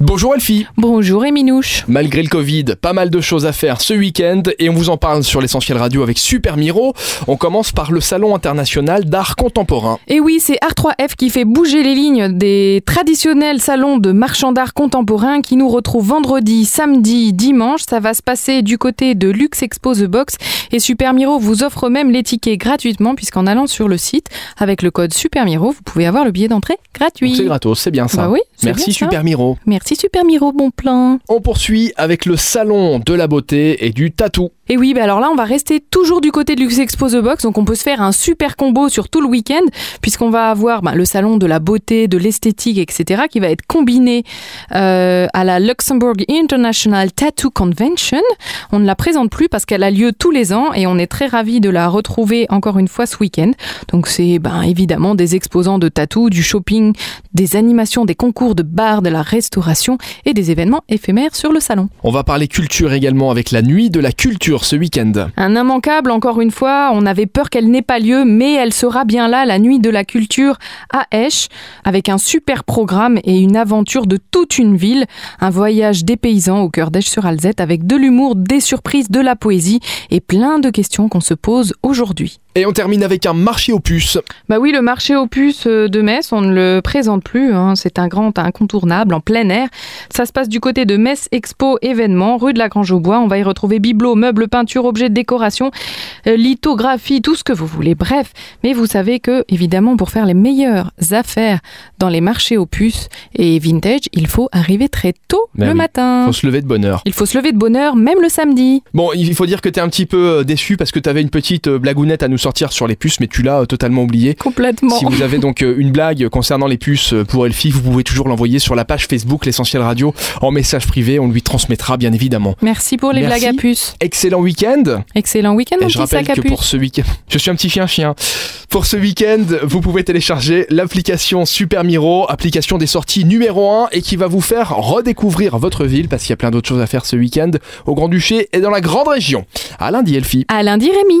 Bonjour Elfie Bonjour Éminouche. Malgré le Covid, pas mal de choses à faire ce week-end et on vous en parle sur l'essentiel radio avec Super Miro. On commence par le Salon international d'art contemporain. Et oui, c'est Art3F qui fait bouger les lignes des traditionnels salons de marchands d'art contemporain qui nous retrouvent vendredi, samedi, dimanche. Ça va se passer du côté de Luxe Expo The Box et Super Miro vous offre même les tickets gratuitement puisqu'en allant sur le site avec le code Super Miro, vous pouvez avoir le billet d'entrée gratuit. Donc C'est gratos, c'est bien ça. Bah oui, c'est Merci bien ça. Super Miro. Merci Super Miro, bon plan. On poursuit avec le Salon de la beauté et du tatou. Et oui, bah alors là, on va rester toujours du côté de Luxe Expo The Box, donc on peut se faire un super combo sur tout le week-end, puisqu'on va avoir bah, le salon de la beauté, de l'esthétique, etc., qui va être combiné euh, à la Luxembourg International Tattoo Convention. On ne la présente plus parce qu'elle a lieu tous les ans et on est très ravis de la retrouver encore une fois ce week-end. Donc c'est ben, évidemment des exposants de tatou, du shopping, des animations, des concours de bars, de la restauration et des événements éphémères sur le salon. On va parler culture également avec la nuit de la culture ce week-end. Un immanquable, encore une fois, on avait peur qu'elle n'ait pas lieu, mais elle sera bien là la nuit de la culture à Esch, avec un super programme et une aventure de toute une ville, un voyage des paysans au cœur d'Esch-sur-Alzette, avec de l'humour, des surprises, de la poésie et plein de questions qu'on se pose aujourd'hui. Et on termine avec un marché aux puces. Bah oui, le marché aux puces euh, de Metz, on ne le présente plus. hein. C'est un grand incontournable en plein air. Ça se passe du côté de Metz Expo événement, rue de la Grange aux Bois. On va y retrouver bibelots, meubles, peintures, objets de décoration, euh, lithographie, tout ce que vous voulez. Bref, mais vous savez que évidemment, pour faire les meilleures affaires dans les marchés aux puces et vintage, il faut arriver très tôt Ben le oui, matin. Faut se lever de bonne heure. Il faut se lever de bonne heure, même le samedi. Bon, il faut dire que t'es un petit peu euh, déçu parce que t'avais une petite euh, blagounette à nous sortir sur les puces, mais tu l'as euh, totalement oublié. Complètement. Si vous avez donc euh, une blague concernant les puces euh, pour Elfie, vous pouvez toujours l'envoyer sur la page Facebook L'Essentiel Radio en message privé, on lui transmettra bien évidemment. Merci pour les Merci. blagues à puces. Excellent week-end Excellent week-end, mon Et je petit rappelle sac à que puces. pour ce week-end, je suis un petit chien chien. Pour ce week-end, vous pouvez télécharger l'application Super Miro, application des sorties numéro 1 et qui va vous faire redécouvrir votre ville parce qu'il y a plein d'autres choses à faire ce week-end au Grand-Duché et dans la grande région. À lundi, Elfie. À lundi, Rémi.